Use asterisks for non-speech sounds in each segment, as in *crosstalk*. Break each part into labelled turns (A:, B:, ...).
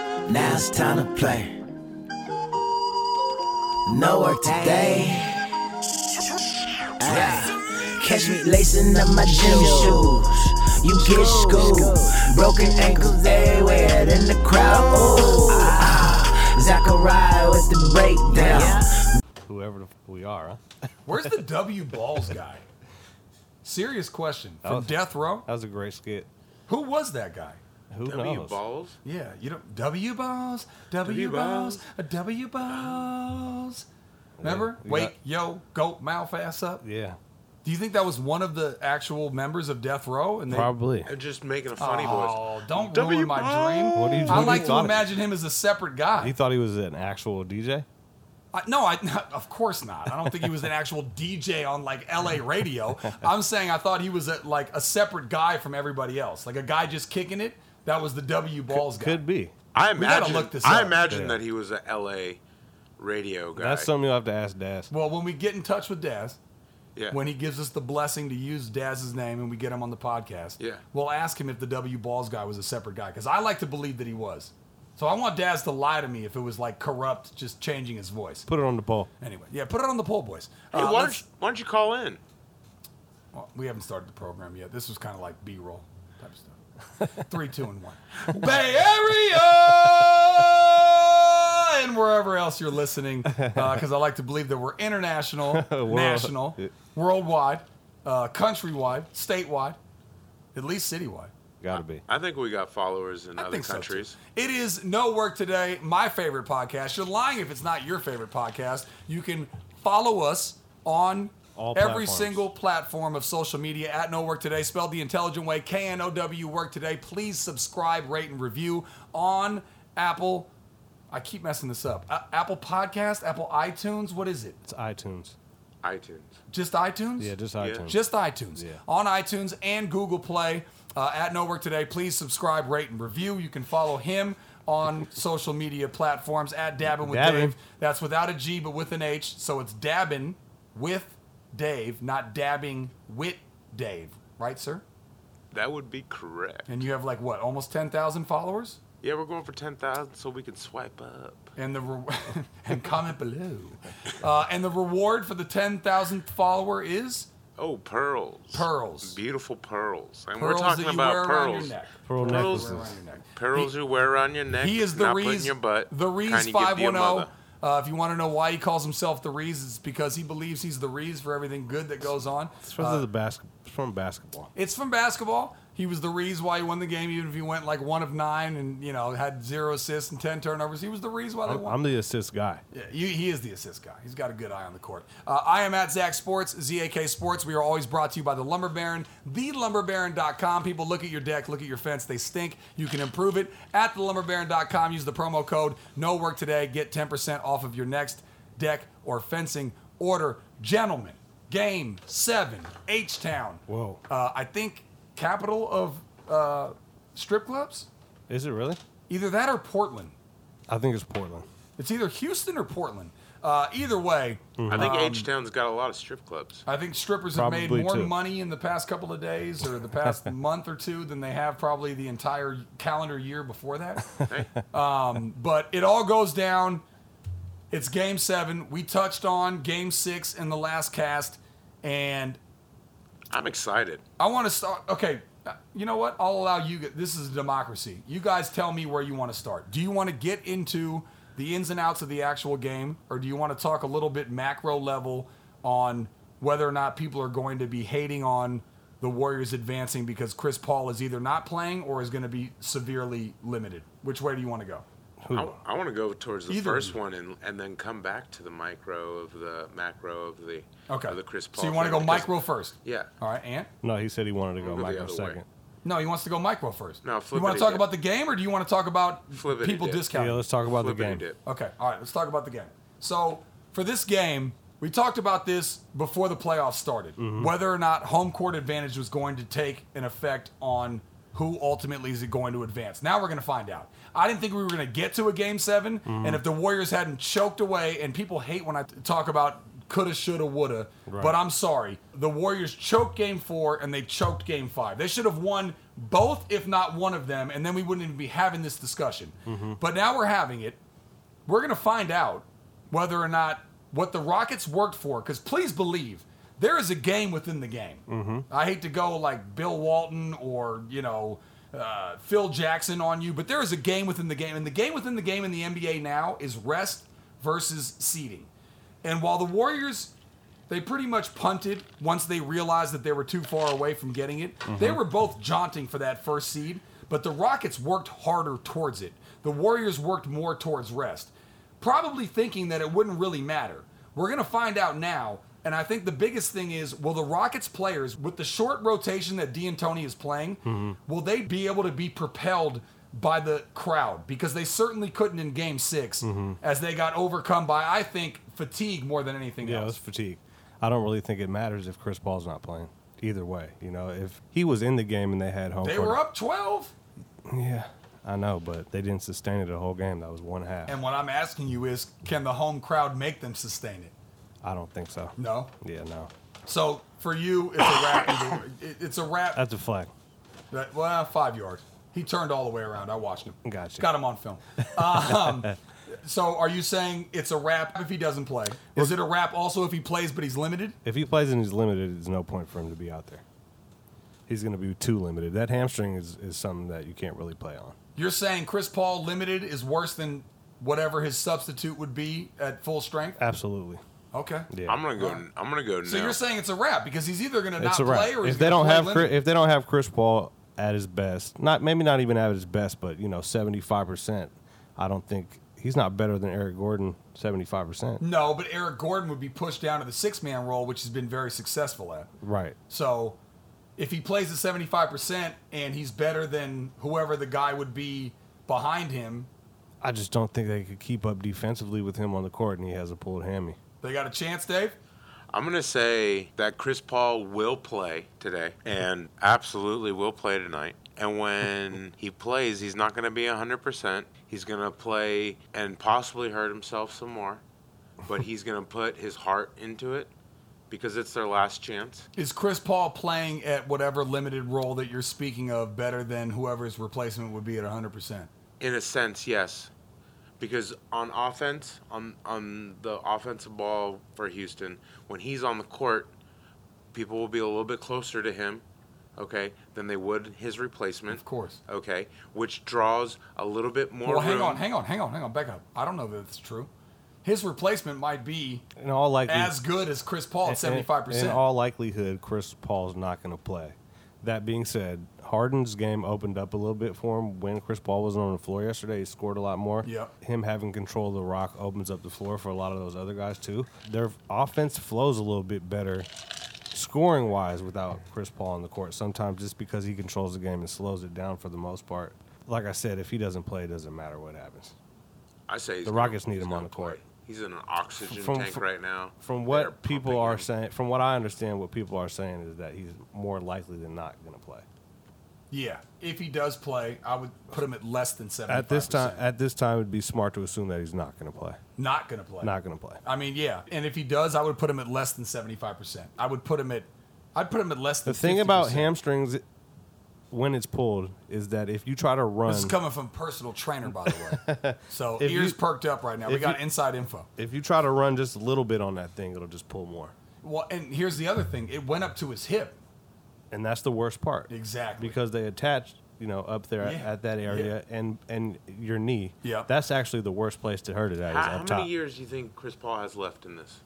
A: it's time to play. No work today. Ah, catch me lacing up my gym shoes. You get schooled. Broken ankles everywhere in the crowd. Ooh. Ah, Zachariah with the breakdown.
B: Whoever the f- we are, huh?
C: Where's the W balls guy? Serious question from
B: was-
C: Death Row.
B: That was a great skit.
C: Who was that guy?
B: Who
D: W
B: knows?
D: balls.
C: Yeah, you don't W balls, W
D: W balls.
C: balls, a W balls. Remember?
B: we
C: Wake, yo, go, mouth, ass up.
B: Yeah,
C: Do you think that was one of the actual members of Death Row? And they,
B: probably.
D: I'm just making a funny voice.
C: Oh, don't
D: W
C: ruin my dream.
B: What do you?
C: I
B: what do
C: like
B: you
C: to
B: thought it-
C: imagine him as a separate
B: He
C: guy.
B: thought he was an actual DJ.
C: I, no, I, *laughs* of course not. I don't think he was an actual DJ on like LA
B: *laughs*
C: radio. I'm saying I thought he was a, like a separate guy from everybody else, like a guy just kicking it. That was the W balls guy.
B: Could be.
D: I
C: We gotta
D: imagine.
C: look this
D: I
C: up.
D: imagine
B: Yeah.
D: that he was a L.A. radio guy.
B: That's something you'll have to ask Daz.
C: Well, when we get in touch with Daz,
D: Yeah.
C: when he gives us the blessing to use Daz's name and we get him on the podcast,
D: Yeah.
C: we'll ask him if the W Balls guy was a separate guy because I like to believe that he was. So I want Daz to lie to me if it was like corrupt, just changing his voice.
B: Put it on the poll.
C: Anyway, yeah, put it on the poll, boys.
D: Hey,
C: Uh,
D: why, don't
C: let's-
D: you, why don't you call in?
C: well, we haven't started the program yet. This was kind of like B roll type stuff. Three, two, and one. Bay Area! And wherever else you're listening, because I like to believe that we're international, national,
B: Yeah.
C: worldwide, uh, countrywide, statewide, at least citywide.
B: Gotta be.
D: I think we got followers in
C: I
D: other
C: think so, too.
D: countries.
C: It is No Work Today, my favorite podcast. You're lying if it's not your favorite podcast. You can follow us on
B: All
C: every
B: platforms.
C: single platform of social media at No Work Today, spelled the intelligent way, K N O W Work Today. Please subscribe, rate, and review on Apple. I keep messing this up. A- Apple Podcast, Apple iTunes, what is it?
B: It's iTunes.
D: iTunes.
C: Just iTunes?
B: Yeah, just
D: Yeah.
B: iTunes.
C: Mm. just iTunes.
B: Yeah.
C: On iTunes and Google Play uh, at No Work Today. Please subscribe, rate, and review. You can follow him
B: *laughs*
C: on social media platforms at Dabbin with
B: Dabbin.
C: Dave. That's without a G, but with an H. So it's Dabbin with Dave, not dabbing with Dave. Right, sir?
D: That would be correct.
C: And you have like what, almost 10,000 followers?
D: Yeah, we're going for 10,000 so we can swipe up.
C: And the re- *laughs* and
B: *laughs*
C: comment below. Uh, and the reward for the 10,000th follower is
D: Oh, pearls.
C: Pearls.
D: Beautiful pearls. And
C: pearls
D: we're talking
C: that you wear
D: about
C: around
D: pearls.
C: your neck.
B: Pearl
D: Pearls.
B: necklaces.
C: Around your neck.
D: Pearls you wear on your neck.
C: He is the
D: not put in
C: Reese.
D: your butt.
C: The Reese
D: kinda give you a mother.
C: 510. Uh, if you want to know why he calls himself the Reese, it's because he believes he's the Reese for everything good that goes on.
B: It's from the basket. From basketball.
C: It's from basketball. He was the Reese why he won the game, even if he went like one of nine and you know had zero assists and ten turnovers. He was the Reese why they
B: I'm,
C: won.
B: I'm the assist guy.
C: Yeah, you, he is the assist guy. He's got a good eye on the court. Uh, I am at Zach Sports, ZAK Sports. We are always brought to you by the Lumber Baron, thelumberbaron.com. People, look at your deck, look at your fence. They stink. You can improve it at thelumberbaron.com. Use the promo code No Work Today. Get 10% off of your next deck or fencing order. Gentlemen, game seven, H Town.
B: Whoa.
C: Uh, I think capital of uh, strip clubs?
B: Is it really?
C: Either that or Portland.
B: I think it's Portland.
C: It's either Houston or Portland. Uh, either way,
D: I
C: Um,
D: think H Town's got a lot of strip clubs.
C: I think strippers have made
B: Probably
C: more
B: too.
C: money in the past couple of days or the
B: *laughs*
C: past month or two than they have probably the entire calendar year before that. Um,
D: Hey,
C: But it all goes down. It's game seven. We touched on game six in the last cast. And
D: I'm excited.
C: I want to start. Okay. uh, You know what? I'll allow you. g- This is a democracy. You guys tell me where you want to start. Do you want to get into the ins and outs of the actual game, or do you want to talk a little bit macro level on whether or not people are going to be hating on the Warriors advancing because Chris Paul is either not playing or is going to be severely limited? Which way do you want to go?
D: I, want to go towards the
C: Either
D: first
C: one.
D: one and, and then come back to the micro of the macro of the
C: Okay.
D: of the Chris Paul.
C: so you want to
D: thing
C: go
D: because-
C: micro first?
D: Yeah.
C: All right, Ant.
B: No, he said he wanted to go
D: Go the
B: micro
D: other way.
B: second.
C: No, he wants to go micro first.
D: No,
C: You want
D: flippity
C: to talk
D: dip.
C: about the game, or do you want to talk about
D: Flippity
C: people
D: dip.
C: discounting?
B: Yeah, let's talk about the
D: Flippity
B: game.
D: dip.
C: Okay, all right, let's talk about the game. So, for this game, we talked about this before the playoffs started whether or not home court advantage was going to take an effect on who ultimately is going to advance. Now we're going to find out. I didn't think we were going to get to a game 7 and if the Warriors hadn't choked away, and people hate when I t- talk about coulda, shoulda, woulda,
B: Right.
C: but I'm sorry. The Warriors choked game four and they choked game five. They should have won both, if not one of them, and then we wouldn't even be having this discussion. But now we're having it. We're going to find out whether or not what the Rockets worked for, because please believe there is a game within the game. I hate to go like Bill Walton or, you know, uh, Phil Jackson on you, but there is a game within the game. And the game within the game in the NBA now is rest versus seeding. And while the Warriors, they pretty much punted once they realized that they were too far away from getting it. They
B: Mm-hmm.
C: were both jaunting for that first seed, but the Rockets worked harder towards it. The Warriors worked more towards rest, probably thinking that it wouldn't really matter. We're going to find out now. And I think the biggest thing is will the Rockets players, with the short rotation that D'Antoni is playing,
B: Mm-hmm.
C: will they be able to be propelled by the crowd because they certainly couldn't in game 6
B: Mm-hmm.
C: as they got overcome by I think fatigue more than anything
B: Yeah, it was
C: else.
B: fatigue. I don't really think it matters if Chris Paul's not playing. Either way, you know, if he was in the game and they had home,
C: They
B: court-
C: were up 12
B: Yeah, I know, but they didn't sustain it the whole game. That was one half.
C: and what I'm asking you is can the home crowd make them sustain it?
B: I don't think so.
C: No.
B: Yeah, no.
C: So for you
B: *coughs*
C: it's a wrap. It- it's a wrap.
B: That's a flag.
C: That, well, five yards. He turned all the way around. I watched him.
B: Gotcha.
C: Got him on film. Um, *laughs* so, are you saying it's a wrap if he doesn't play? Is it a wrap also if he plays but he's limited?
B: If he plays and he's limited, there's no point for him to be out there. He's going to be too limited. That hamstring is, is something that you can't really play on.
C: You're saying Chris Paul limited is worse than whatever his substitute would be at full strength?
B: Absolutely.
C: Okay.
B: Uh, Yeah.
D: I'm gonna go. I'm gonna go.
C: So
D: no.
C: you're saying it's a wrap because he's either going to not
B: it's a
C: play
B: wrap.
C: or he's
B: If they
C: gonna
B: don't
C: play
B: have Chris,
C: limited?
B: if they don't have Chris Paul at his best, not maybe not even at his best, but you know, seventy five percent. I don't think he's not better than Eric Gordon seventy five percent.
C: No, but Eric Gordon would be pushed down to the six man role, which he's been very successful at.
B: Right.
C: So if he plays at 75% and he's better than whoever the guy would be behind him,
B: I just don't think they could keep up defensively with him on the court, and he has a pulled hammy.
C: they got a chance, Dave?
D: I'm gonna say that Chris Paul will play today, and absolutely will play tonight.
C: *laughs*
D: And when he plays, he's not gonna be 100%. He's gonna play and possibly hurt himself some more, but he's gonna put his heart into it because it's their last chance.
C: Is Chris Paul playing at whatever limited role that you're speaking of better than whoever his replacement would be at 100%?
D: In a sense, yes. Because on offense, on on the offensive ball for Houston, when he's on the court, people will be a little bit closer to him, okay, than they would his replacement.
C: Of course.
D: Okay, which draws a little bit more
C: Well, hang
D: room.
C: on, hang on, hang on, hang on. Back up. I don't know that it's true. His replacement might be
B: In all likelihood,
C: as good as Chris Paul at
B: in-
C: 75%.
B: In all likelihood, Chris Paul's not going to play. That being said, Harden's game opened up a little bit for him when Chris Paul wasn't on the floor yesterday. He scored a lot more.
C: Yep.
B: Him having control of the rock opens up the floor for a lot of those other guys too. Their offense flows a little bit better scoring wise without Chris Paul on the court. Sometimes just because he controls the game and slows it down for the most part. Like I said, if he doesn't play, it doesn't matter what happens.
D: I say he's
B: The
D: gonna-
B: Rockets need
D: he's
B: him on
D: gonna
B: the court.
D: play. He's in an oxygen
B: From-
D: tank
B: from-
D: right now.
B: From
D: They're
B: what
D: pumping
B: people are
D: him.
B: saying, from what I understand, what people are saying is that he's more likely than not going to play.
C: yeah. If he does play, I would put him at less than 75%.
B: At this time, at this time, it'd be smart to assume that he's not going to play.
C: not going to play.
B: Not going to play.
C: I mean, yeah. And if he does, I would put him at less than seventy five percent. I would put him at, I'd put him at less than.
B: The thing about
C: 50%.
B: hamstrings when it's pulled is that if you try to
C: This is
B: run,
C: coming from personal trainer, by the
B: *laughs*
C: way. So
B: If
C: ears
B: you-
C: perked up right now. We
B: if
C: got
B: you-
C: inside info.
B: if you try to run just a little bit on that thing, it'll just pull more,
C: Well, and here's the other thing. It went up to his hip.
B: and that's the worst part.
C: Exactly.
B: because they attach, you know, up there
C: Yeah.
B: at that area and and your knee.
C: Yeah.
B: that's actually the worst place to hurt it at. Is
D: How, how
B: up top.
D: many years do you think Chris Paul has left in this?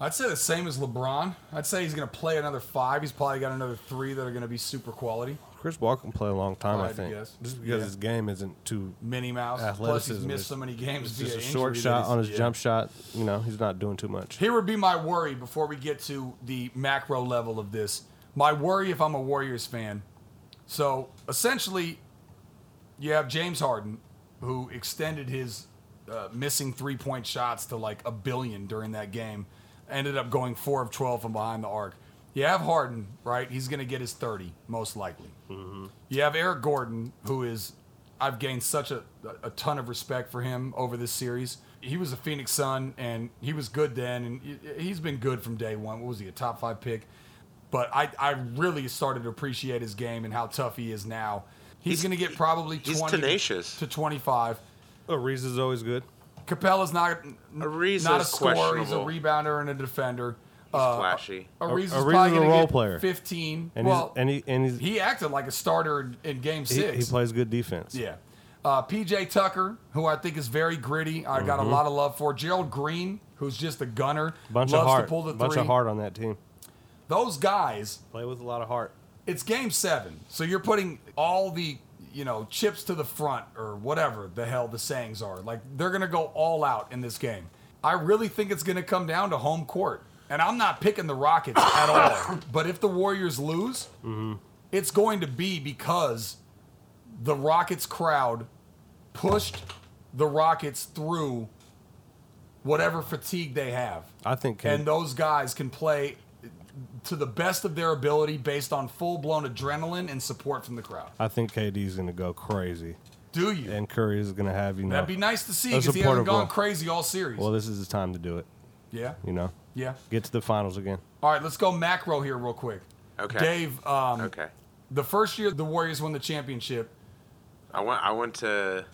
C: I'd say the same as LeBron. I'd say he's going to play another five. He's probably got another three that are going to be super quality.
B: Chris Paul can play a long time,
C: I'd
B: I think,
C: guess.
B: just because
C: Yeah.
B: his game isn't too.
C: Minnie Mouse. Plus, he's
B: Athleticism
C: missed
B: is-
C: so many games
B: It's
C: via
B: just a short
C: injury
B: shot
C: that he's-
B: on his
C: yeah.
B: jump shot. You know, he's not doing too much.
C: Here would be my worry before we get to the macro level of this. My worry if I'm a Warriors fan. So essentially, you have James Harden, who extended his uh, missing three point shots to like a billion during that game, ended up going four of 12 from behind the arc. You have Harden, right? He's going to get his 30, most likely. You have Eric Gordon, who is, I've gained such a, a ton of respect for him over this series. He was a Phoenix Sun, and he was good then, and he- he's been good from day one. What was he, a top five pick? But I, I really started to appreciate his game and how tough he is now. He's,
D: He's-
C: going to get probably
D: he's
C: 20
D: tenacious.
C: to 25.
B: Ariza is always good.
C: Capella's not n-
D: Ariza's
C: not a scorer. He's a
D: questionable.
C: rebounder and a defender. Uh,
D: flashy.
C: Ariza's
B: Ariza's
C: probably
B: a
C: going to
B: role
C: get
B: player.
C: 15.
B: And
C: well,
B: he's, and he and he's,
C: he acted like a starter in, in game
B: he,
C: six.
B: he plays good defense.
C: Yeah. Uh, PJ Tucker, who I think is very gritty. I got a lot of love for. Gerald Green, who's just a gunner.
B: Mm-hmm. bunch
C: loves
B: of heart,
C: to pull the
B: bunch
C: three.
B: of heart on that team.
C: Those guys,
B: Play with a lot of heart.
C: it's game seven. So you're putting all the, you know, chips to the front or whatever the hell the sayings are. Like they're gonna go all out in this game. I really think it's gonna come down to home court. And I'm not picking the Rockets at all. But if the Warriors lose, it's going to be because the Rockets crowd pushed the Rockets through whatever fatigue they have.
B: I think Cade,
C: And uh, those guys can play to the best of their ability based on full blown adrenaline and support from the crowd.
B: I think KD's going to go crazy,
C: Do you?
B: and uh, Curry is going to have you know.
C: That'd be nice to see
B: A
C: because he hasn't
B: supportive
C: gone
B: role.
C: crazy all series.
B: Well, this is his time to do it.
C: yeah.
B: You know,
C: Yeah.
B: get to the finals again.
C: All right, let's go macro here real quick.
D: Okay.
C: Dave, um,
D: Okay.
C: the first year the Warriors won the championship,
D: I went. I went to.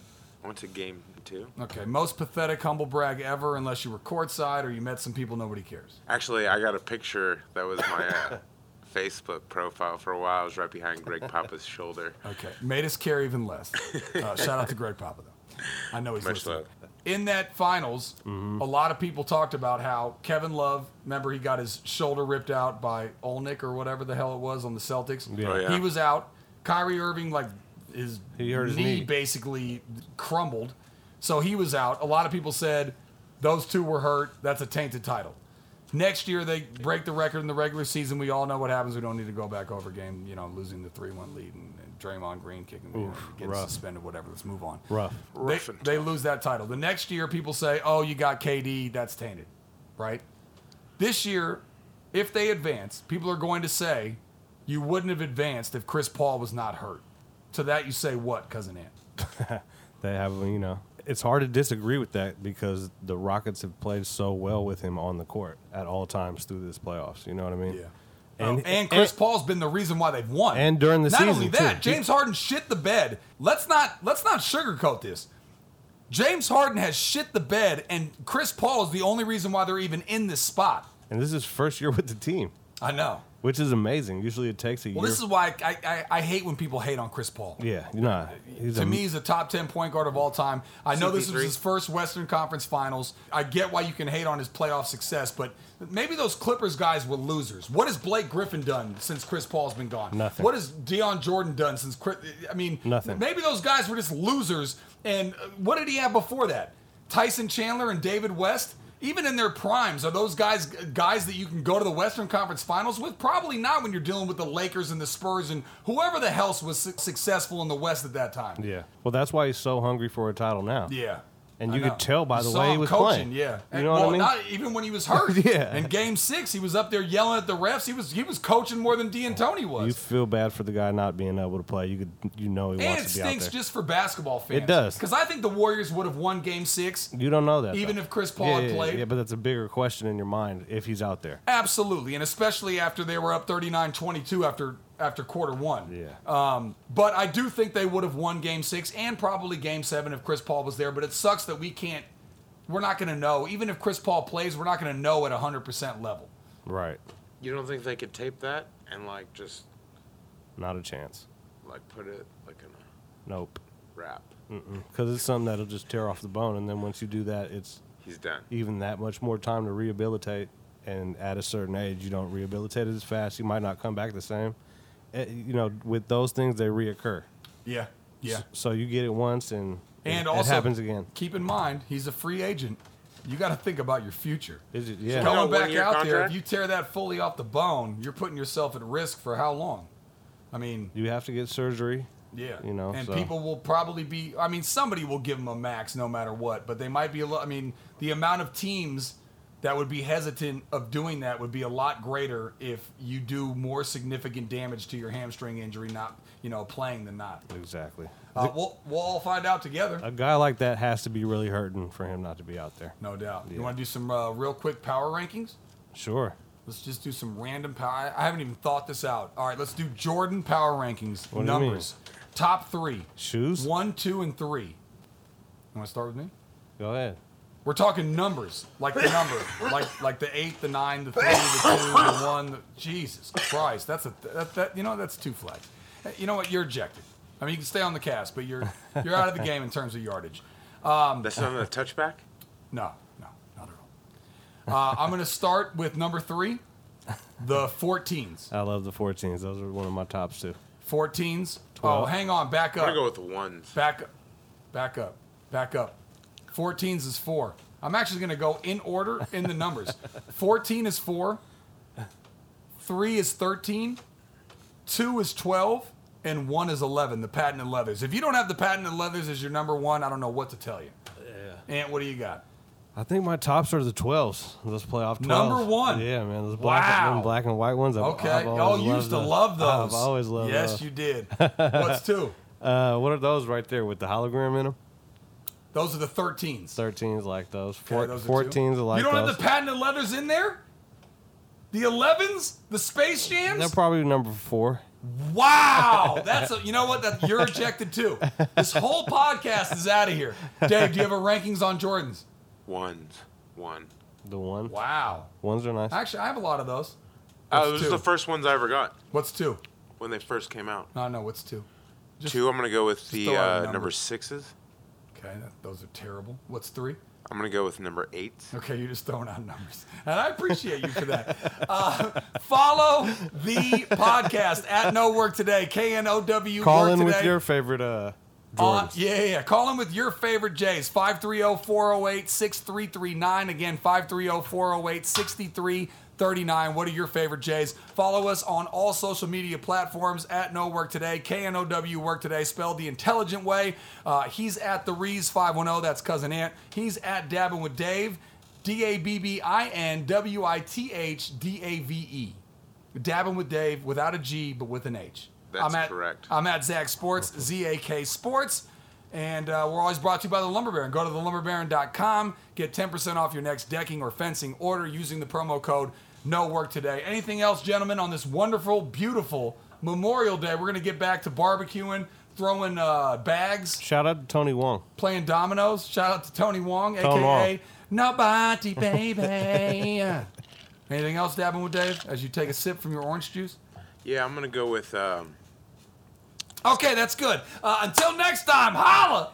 D: I went to game two.
C: Okay, most pathetic humble brag ever, unless you were courtside or you met some people nobody cares.
D: Actually, I got a picture that was my uh, *laughs* Facebook profile for a while. I was right behind *laughs* Greg Papa's shoulder.
C: Okay, made us care even less. Uh, shout out to Greg Papa though. I know he's
D: Much
C: listening.
D: love.
C: In that finals, a lot of people talked about how Kevin Love, remember he got his shoulder ripped out by Olnick or whatever the hell it was on the Celtics.
B: Yeah. Oh,
D: yeah.
C: He was out. Kyrie Irving like his,
B: He hurt his knee.
C: knee basically crumbled. So he was out. A lot of people said those two were hurt. That's a tainted title. Next year they break the record in the regular season. We all know what happens. We don't need to go back over game. You know, losing the three-one lead and, and Draymond Green kicking, you know,
B: Oof,
C: getting
B: rough.
C: suspended, whatever. Let's move on.
B: Rough.
C: They,
D: Rough and
C: they lose that title. The next year, people say, "Oh, you got KD. That's tainted, right?" This year, if they advance, people are going to say, "You wouldn't have advanced if Chris Paul was not hurt." To that, you say, "What, cousin Ant?"
B: They have you know. It's hard to disagree with that because the Rockets have played so well with him on the court at all times through this playoffs. You know what I mean?
C: And,
B: And-
C: Oh, and Chris
B: and-
C: Paul's been the reason why they've won.
B: And during the
C: not
B: season,
C: only that,
B: too.
C: James Harden shit the bed. Let's not let's not sugarcoat this. James Harden has shit the bed, and Chris Paul is the only reason why they're even in this spot.
B: And this is first year with the team,
C: I know.
B: which is amazing. Usually it takes a
C: Well,
B: year.
C: this is why I, I, I hate when people hate on Chris Paul.
B: yeah, nah. He's
C: To
B: a-
C: me, he's a top 10 point guard of all time. I know this was
D: CP3.
C: his first Western Conference Finals. I get why you can hate on his playoff success, but maybe those Clippers guys were losers. What has Blake Griffin done since Chris Paul's been gone?
B: Nothing.
C: What has Deion Jordan done since Chris? I mean,
B: Nothing.
C: Maybe those guys were just losers. And uh, what did he have before that? Tyson Chandler and David West? Even in their primes, are those guys guys that you can go to the Western Conference Finals with? Probably not when you're dealing with the Lakers and the Spurs and whoever the hell was su- successful in the West at that time.
B: Yeah. Well, that's why he's so hungry for a title now.
C: Yeah.
B: And
C: I
B: you
C: know.
B: could tell by
C: You
B: the
C: saw
B: way he
C: him
B: was
C: coaching,
B: playing.
C: Yeah.
B: You know what
C: well,
B: I mean?
C: Not even when he was hurt.
B: *laughs* Yeah.
C: In game six, he was up there yelling at the refs. He was he was coaching more than D and Tony
B: You
C: was.
B: feel bad for the guy not being able to play. You could, you know, he
C: And it
B: wants to be out
C: stinks
B: there.
C: just for basketball fans.
B: It does.
C: Because I think the Warriors would have won game six,
B: you don't know that
C: even
B: though.
C: if Chris Paul
B: yeah,
C: had
B: yeah,
C: played.
B: Yeah, but that's a bigger question in your mind if he's out there.
C: Absolutely. And especially after they were up 39 22 after after quarter one.
B: Yeah.
C: Um, but I do think they would have won game six and probably game seven if Chris Paul was there. But it sucks that we can't, we're not going to know. Even if Chris Paul plays, we're not going to know at 100% level.
B: Right.
D: You don't think they could tape that and like just
B: Not a chance.
D: like put it like in a
B: Nope.
D: wrap?
B: Because it's something that'll just tear off the bone, and then once you do that, it's
D: He's done.
B: even that much more time to rehabilitate. And at a certain age, you don't rehabilitate as fast. You might not come back the same. Eh, you know, with those things, they reoccur.
C: Yeah. Yeah.
B: So you get it once, and
C: And
B: it,
C: also,
B: it happens again.
C: keep in mind, he's a free agent. You got to think about your future.
B: Is it, yeah.
D: Got a
C: Going back
D: one-year
C: out there, if
D: contract?
C: you tear that fully off the bone, you're putting yourself at risk for how long? I mean,
B: You have to get surgery.
C: Yeah,
B: You know,
C: and
B: so-
C: people will probably be. I mean, somebody will give him a max no matter what, but they might be a lot. I mean, the amount of teams that would be hesitant of doing that would be a lot greater if you do more significant damage to your hamstring injury, not you know playing than not.
B: Exactly.
C: Uh, we'll we'll all find out together,
B: A guy like that has to be really hurting for him not to be out there.
C: no doubt. You
B: Yeah.
C: want to do some uh, real quick power rankings?
B: Sure.
C: Let's just do some random power. I, I haven't even thought this out. All right, let's do Jordan power rankings.
B: What do you mean?
C: numbers. Top three.
B: Shoes?
C: One, two, and three. You want to start with me?
B: Go ahead.
C: We're talking numbers, like the number, *laughs* like like the eight, the nine, the three, the two,
B: *laughs*
C: the one. The, Jesus Christ, that's a that, that you know that's two flags. Hey, You know what? You're ejected. I mean, you can stay on the cast, but you're you're out of the game in terms of yardage. Mm.
D: That's not a touchback.
C: No, no, not at all. Uh, I'm gonna start with number three, the 14s.
B: I love the 14s. Those are one of my tops too.
C: 14s. Oh,
B: Twelve.
C: hang on, back
D: I'm
C: up.
D: gonna go with the ones.
C: Back up. Back up. Back up. 14s is four. I'm actually going to go in order in the numbers. 14 is four. Three is 13. Two is 12. And one is 11, the patent and leathers. If you don't have the patent and leathers as your number one, I don't know what to tell you. Yeah. Ant, what do you got?
B: I think my tops are the 12s. Those playoff 12s.
C: Number one.
B: Yeah, man. Those black,
C: Wow.
B: them black and white ones. I've,
C: Okay.
B: I've
C: oh,
B: always
C: you used to love
B: loved I've
C: those.
B: always loved
C: Yes,
B: those. *laughs*
C: you did. What's two?
B: Uh, what are those right there with the hologram in them?
C: Those are the 13s.
B: 13s like those.
C: Okay,
B: Four,
C: those are two.
B: 14s are like
C: You don't
B: those.
C: have the patent and leathers in there? The 11s? The Space Jams?
B: They're probably number four.
C: *laughs* Wow, that's a, you know what? That you're ejected too. This whole podcast is out of here. Dave, do you have a rankings on Jordans?
D: Ones. One.
B: The one.
C: Wow,
B: Ones are nice.
C: actually, I have a lot of those.
D: Oh,
C: What's
D: those
C: two?
D: are the first ones I ever got
C: What's two?
D: when they first came out.
C: No, no, what's two? Just-
D: Two. I'm gonna go with
C: throw
D: the
C: out
D: uh, number
C: numbers.
D: sixes.
C: Okay, that, those are terrible. What's three?
D: I'm gonna go with number eights.
C: Okay, you're just throwing out numbers. And I appreciate you for that. Uh, follow the podcast at No Work Today, K N O W.
B: Call
C: Work
B: in with
C: Today.
B: your favorite uh,
C: Uh,
B: Jordans.
C: yeah, yeah, yeah. Call them with your favorite Jays. oh, 530 408 6339. Again, oh, 530 408 6339. What are your favorite Jays? Follow us on all social media platforms at No Work Today, KNOW Work Today, spelled the intelligent way. Uh, he's at the Rees 510. oh. That's Cousin Ant. He's at Dabbing with Dave, D A B B I N W I T H D A V E. Dabbing with Dave without a G, but with an H.
D: That's
C: I'm at,
D: correct.
C: I'm at Zach Sports, Z A K Sports. And uh, we're always brought to you by the Lumber Baron. Go to thelumberbaron.com, get 10% off your next decking or fencing order using the promo code No Work Today. Anything else, gentlemen, on this wonderful, beautiful Memorial Day? We're going to get back to barbecuing, throwing uh, bags,
B: Shout out to Tony Wong.
C: playing dominoes. Shout out to Tony Wong,
B: Tone
C: aka Nobody Baby. *laughs* Anything else to happen with Dave as you take a sip from your orange juice?
D: Yeah, I'm gonna go with. Um,
C: Okay, that's good. Uh, until next time, holla!